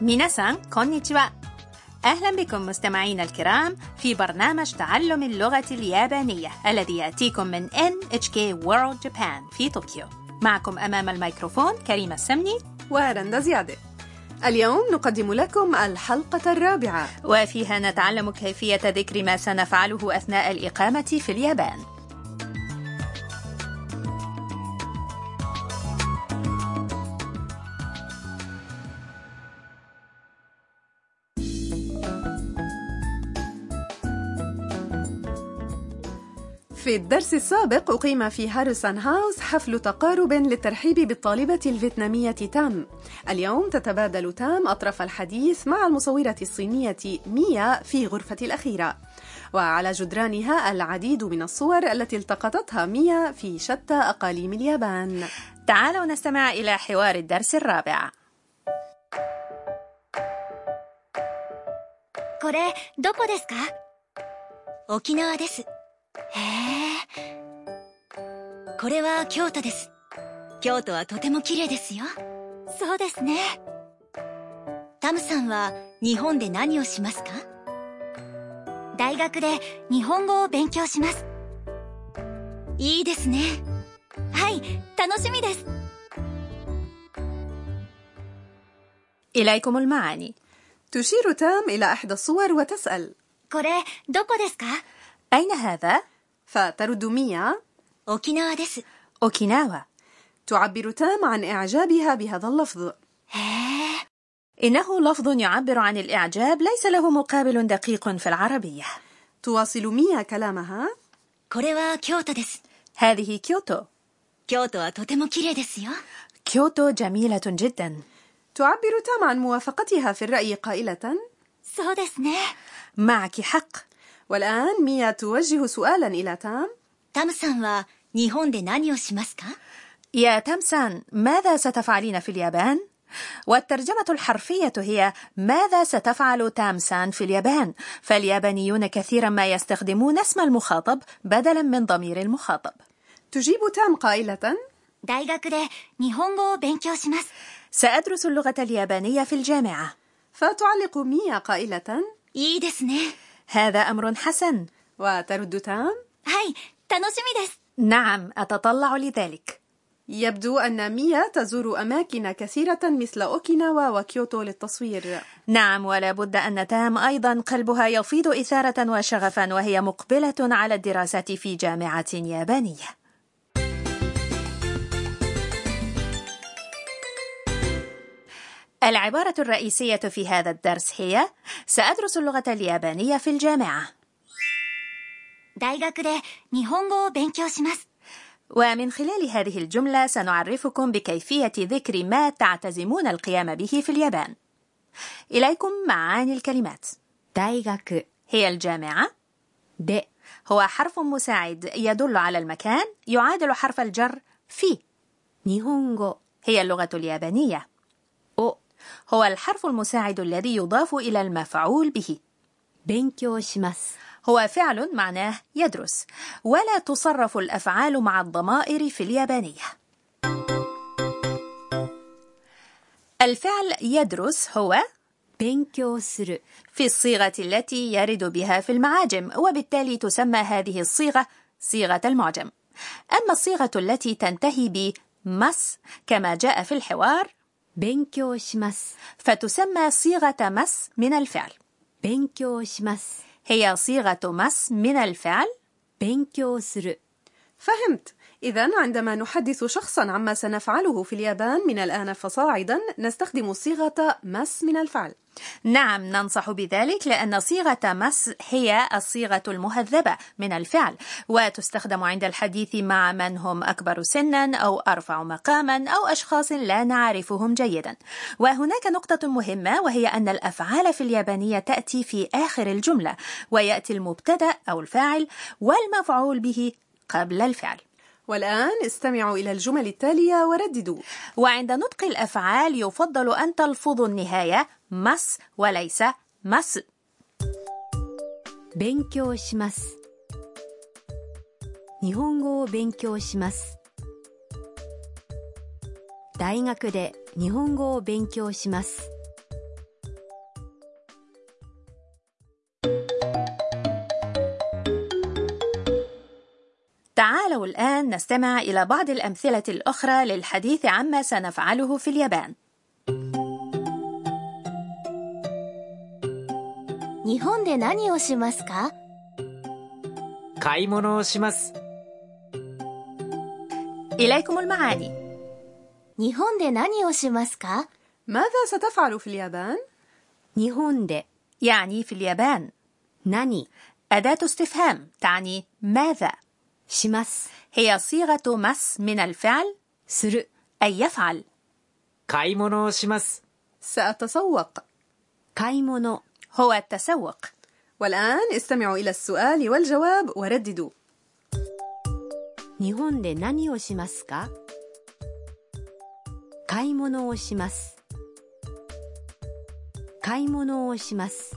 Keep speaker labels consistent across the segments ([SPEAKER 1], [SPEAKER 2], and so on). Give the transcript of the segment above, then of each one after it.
[SPEAKER 1] ميناسان كونيتشوا أهلا بكم مستمعينا الكرام في برنامج تعلم اللغة اليابانية الذي يأتيكم من NHK World Japan في طوكيو معكم أمام الميكروفون كريمة السمني
[SPEAKER 2] ورندا زيادة اليوم نقدم لكم الحلقة الرابعة
[SPEAKER 1] وفيها نتعلم كيفية ذكر ما سنفعله أثناء الإقامة في اليابان
[SPEAKER 2] في الدرس السابق أقيم في هاريسون هاوس حفل تقارب للترحيب بالطالبة الفيتنامية تام اليوم تتبادل تام أطراف الحديث مع المصورة الصينية ميا في غرفة الأخيرة وعلى جدرانها العديد من الصور التي التقطتها ميا في شتى أقاليم اليابان
[SPEAKER 1] تعالوا نستمع إلى حوار الدرس الرابع
[SPEAKER 3] これどこですか沖縄ですへえこれは京都です京都はとても綺麗ですよそうですねタムさんは日本で何をしますか大学で日本語を勉強しますいいですねはい楽しみです
[SPEAKER 1] إليكم المعاني
[SPEAKER 2] تشير تام إلى إحدى الصور وتسأل
[SPEAKER 3] これどこですか
[SPEAKER 1] أين هذا؟
[SPEAKER 2] فترد ميا
[SPEAKER 3] 沖縄ですへ
[SPEAKER 1] أوكيناوا
[SPEAKER 2] تعبر تام عن إعجابها بهذا اللفظ
[SPEAKER 3] え
[SPEAKER 1] إنه لفظ يعبر عن الإعجاب ليس له مقابل دقيق في العربية
[SPEAKER 2] تواصل ميا كلامها
[SPEAKER 3] これは京都です
[SPEAKER 1] هذه كيوتو
[SPEAKER 3] 京都はとても綺麗ですよ
[SPEAKER 1] كيوتو جميلة جدا
[SPEAKER 2] تعبر تام عن موافقتها في الرأي قائلة
[SPEAKER 3] そうですね
[SPEAKER 1] معك حق
[SPEAKER 2] والآن ميا توجه سؤالا إلى تام
[SPEAKER 3] タムさんは日本で何をしますか
[SPEAKER 1] يا تمسان ماذا ستفعلين في اليابان؟ والترجمة الحرفية هي ماذا ستفعل تامسان في اليابان؟ فاليابانيون كثيرا ما يستخدمون اسم المخاطب بدلا من ضمير المخاطب
[SPEAKER 2] تجيب تام قائلة
[SPEAKER 3] 大学で日本語を勉強します
[SPEAKER 1] سأدرس اللغة اليابانية في الجامعة
[SPEAKER 2] فتعلق ميا قائلة
[SPEAKER 3] いいですね
[SPEAKER 1] هذا أمر حسن
[SPEAKER 2] وترد تام
[SPEAKER 3] はい楽しみです
[SPEAKER 1] نعم أتطلع لذلك
[SPEAKER 2] يبدو أن ميا تزور أماكن كثيرة مثل أوكيناوا وكيوتو للتصوير
[SPEAKER 1] نعم ولا بد أن تام أيضا قلبها يفيض إثارة وشغفا وهي مقبلة على الدراسة في جامعة يابانية العبارة الرئيسية في هذا الدرس هي سأدرس اللغة اليابانية في الجامعة
[SPEAKER 3] 大学で日本語を勉強します
[SPEAKER 1] ومن خلال هذه الجملة سنعرفكم بكيفية ذكر ما تعتزمون القيام به في اليابان إليكم معاني الكلمات
[SPEAKER 3] 大学
[SPEAKER 1] هي الجامعة
[SPEAKER 3] で
[SPEAKER 1] هو حرف مساعد يدل على المكان يعادل حرف الجر في
[SPEAKER 3] 日本語
[SPEAKER 1] هي اللغة اليابانية
[SPEAKER 3] を
[SPEAKER 1] هو الحرف المساعد الذي يضاف إلى المفعول به
[SPEAKER 3] 勉強します
[SPEAKER 1] هو فعل معناه يدرس ولا تصرف الأفعال مع الضمائر في اليابانية الفعل يدرس هو
[SPEAKER 3] 勉強する
[SPEAKER 1] في الصيغة التي يرد بها في المعاجم وبالتالي تسمى هذه الصيغة صيغة المعجم أما الصيغة التي تنتهي ب مس كما جاء في الحوار
[SPEAKER 3] 勉強します
[SPEAKER 1] فتسمى صيغة مس من الفعل
[SPEAKER 3] 勉強します
[SPEAKER 1] هي صيغة مس من الفعل
[SPEAKER 3] 勉強する
[SPEAKER 2] فهمت إذا عندما نحدث شخصا عما سنفعله في اليابان من الآن فصاعدا نستخدم صيغة مس من الفعل
[SPEAKER 1] نعم ننصح بذلك لأن صيغة مس هي الصيغة المهذبة من الفعل وتستخدم عند الحديث مع من هم أكبر سنا أو أرفع مقاما أو أشخاص لا نعرفهم جيدا وهناك نقطة مهمة وهي أن الأفعال في اليابانية تأتي في آخر الجملة ويأتي المبتدأ أو الفاعل والمفعول به قبل الفعل
[SPEAKER 2] والآن استمعوا إلى الجمل التالية ورددوا
[SPEAKER 1] وعند نطق الأفعال يفضل أن تلفظوا النهاية مس وليس مس
[SPEAKER 3] 勉強します日本語を勉強します大学で日本語を勉強します
[SPEAKER 1] الآن نستمع إلى بعض الأمثلة الأخرى للحديث عما سنفعله في اليابان
[SPEAKER 4] 日本で何をしますか
[SPEAKER 5] 買い物をします。
[SPEAKER 1] إليكم المعاني
[SPEAKER 4] 日本で何をしますか
[SPEAKER 2] ماذا ستفعل في اليابان؟
[SPEAKER 6] 日本で
[SPEAKER 1] يعني في اليابان
[SPEAKER 6] 何
[SPEAKER 1] أداة استفهام تعني ماذا
[SPEAKER 6] します
[SPEAKER 1] هي صيغة مس من الفعل
[SPEAKER 6] する
[SPEAKER 1] أي يفعل
[SPEAKER 5] 買い物をします。
[SPEAKER 2] سأتسوق
[SPEAKER 6] 買い物
[SPEAKER 1] هو التسوق
[SPEAKER 2] والآن استمعوا إلى السؤال والجواب ورددوا
[SPEAKER 6] 日本で何をしますか買い物をします買い物をします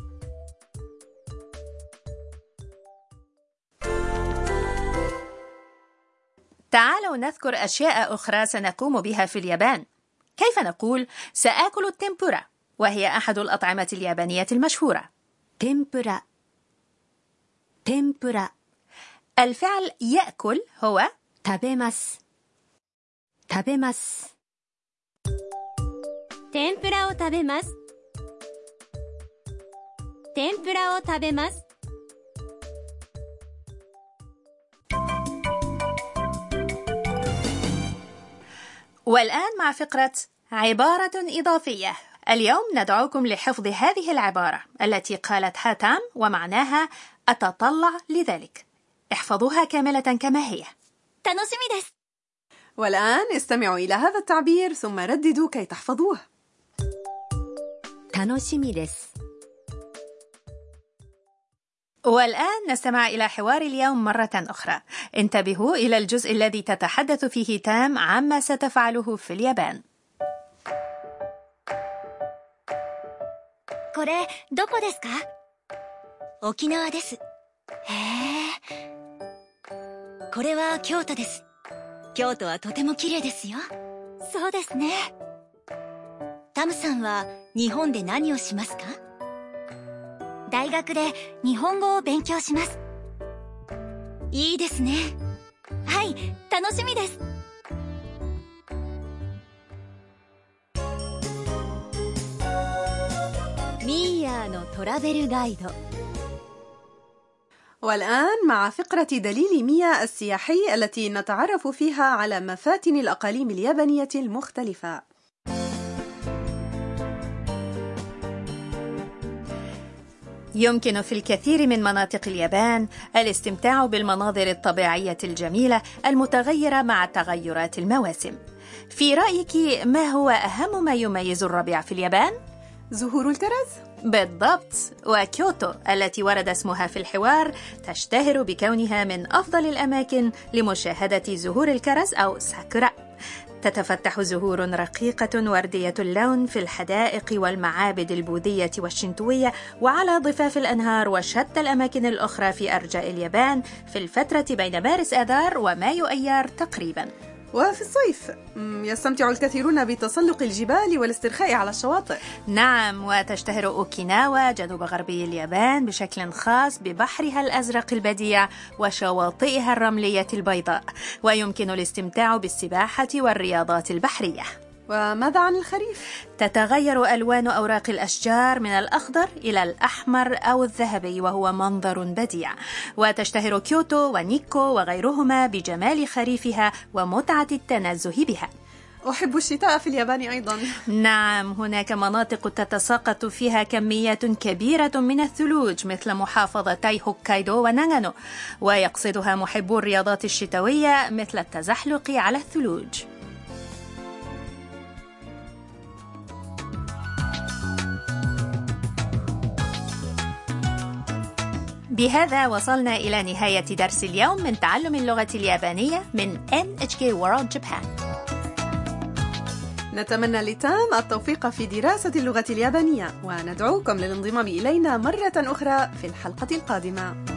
[SPEAKER 1] تعالوا نذكر أشياء أخرى سنقوم بها في اليابان كيف نقول سآكل التمبورا وهي أحد الأطعمة اليابانية المشهورة
[SPEAKER 6] 天ぷら天ぷら
[SPEAKER 1] الفعل يأكل هو
[SPEAKER 6] 食べます食べます
[SPEAKER 4] 天ぷらを食べます天ぷらを食べます
[SPEAKER 1] والآن مع فقرة عبارة إضافية اليوم ندعوكم لحفظ هذه العبارة التي قالت حاتام ومعناها أتطلع لذلك احفظوها كاملة كما هي
[SPEAKER 4] 楽しみです
[SPEAKER 2] والآن استمعوا إلى هذا التعبير ثم رددوا كي تحفظوه
[SPEAKER 6] 楽しみです
[SPEAKER 1] والآن نستمع إلى حوار اليوم مرة أخرى انتبهوا إلى الجزء الذي تتحدث فيه تام عما ستفعله في اليابان
[SPEAKER 3] これどこですか沖縄ですへえこれは京都です京都はとても綺麗ですよそうですねタムさんは日本で何をしますか大学で日本語を勉強しますいいですねはい楽しみです
[SPEAKER 4] ミーヤーのトラベルガイド
[SPEAKER 2] والآن مع فقرة دليل ميا السياحي التي نتعرف فيها على مفاتن الأقاليم اليابانية المختلفة
[SPEAKER 1] يمكن في الكثير من مناطق اليابان الاستمتاع بالمناظر الطبيعية الجميلة المتغيرة مع تغيرات المواسم في رأيك ما هو أهم ما يميز الربيع في اليابان؟
[SPEAKER 2] زهور الكرز
[SPEAKER 1] بالضبط وكيوتو التي ورد اسمها في الحوار تشتهر بكونها من أفضل الأماكن لمشاهدة زهور الكرز أو ساكورا تتفتح زهور رقيقة وردية اللون في الحدائق والمعابد البوذية والشنتوية وعلى ضفاف الأنهار وشتى الأماكن الأخرى في أرجاء اليابان في الفترة بين مارس آذار ومايو أيار تقريباً
[SPEAKER 2] وفي الصيف مم، يستمتع الكثيرون بتسلق الجبال والاسترخاء على الشواطئ
[SPEAKER 1] نعم وتشتهر أوكيناوا جنوب غربي اليابان بشكل خاص ببحرها الأزرق البديع وشواطئها الرملية البيضاء ويمكن الاستمتاع بالسباحة والرياضات البحرية
[SPEAKER 2] وماذا عن الخريف؟
[SPEAKER 1] تتغير ألوان أوراق الأشجار من الأخضر إلى الأحمر أو الذهبي وهو منظر بديع وتشتهر كيوتو ونيكو وغيرهما بجمال خريفها ومتعة التنزه بها
[SPEAKER 2] أحب الشتاء في اليابان أيضا
[SPEAKER 1] نعم هناك مناطق تتساقط فيها كميات كبيرة من الثلوج مثل محافظتي هوكايدو وناغانو ويقصدها محبو الرياضات الشتوية مثل التزحلق على الثلوج بهذا وصلنا إلى نهاية درس اليوم من تعلم اللغة اليابانية من NHK World Japan
[SPEAKER 2] نتمنى لتام التوفيق في دراسة اللغة اليابانية وندعوكم للانضمام إلينا مرة أخرى في الحلقة القادمة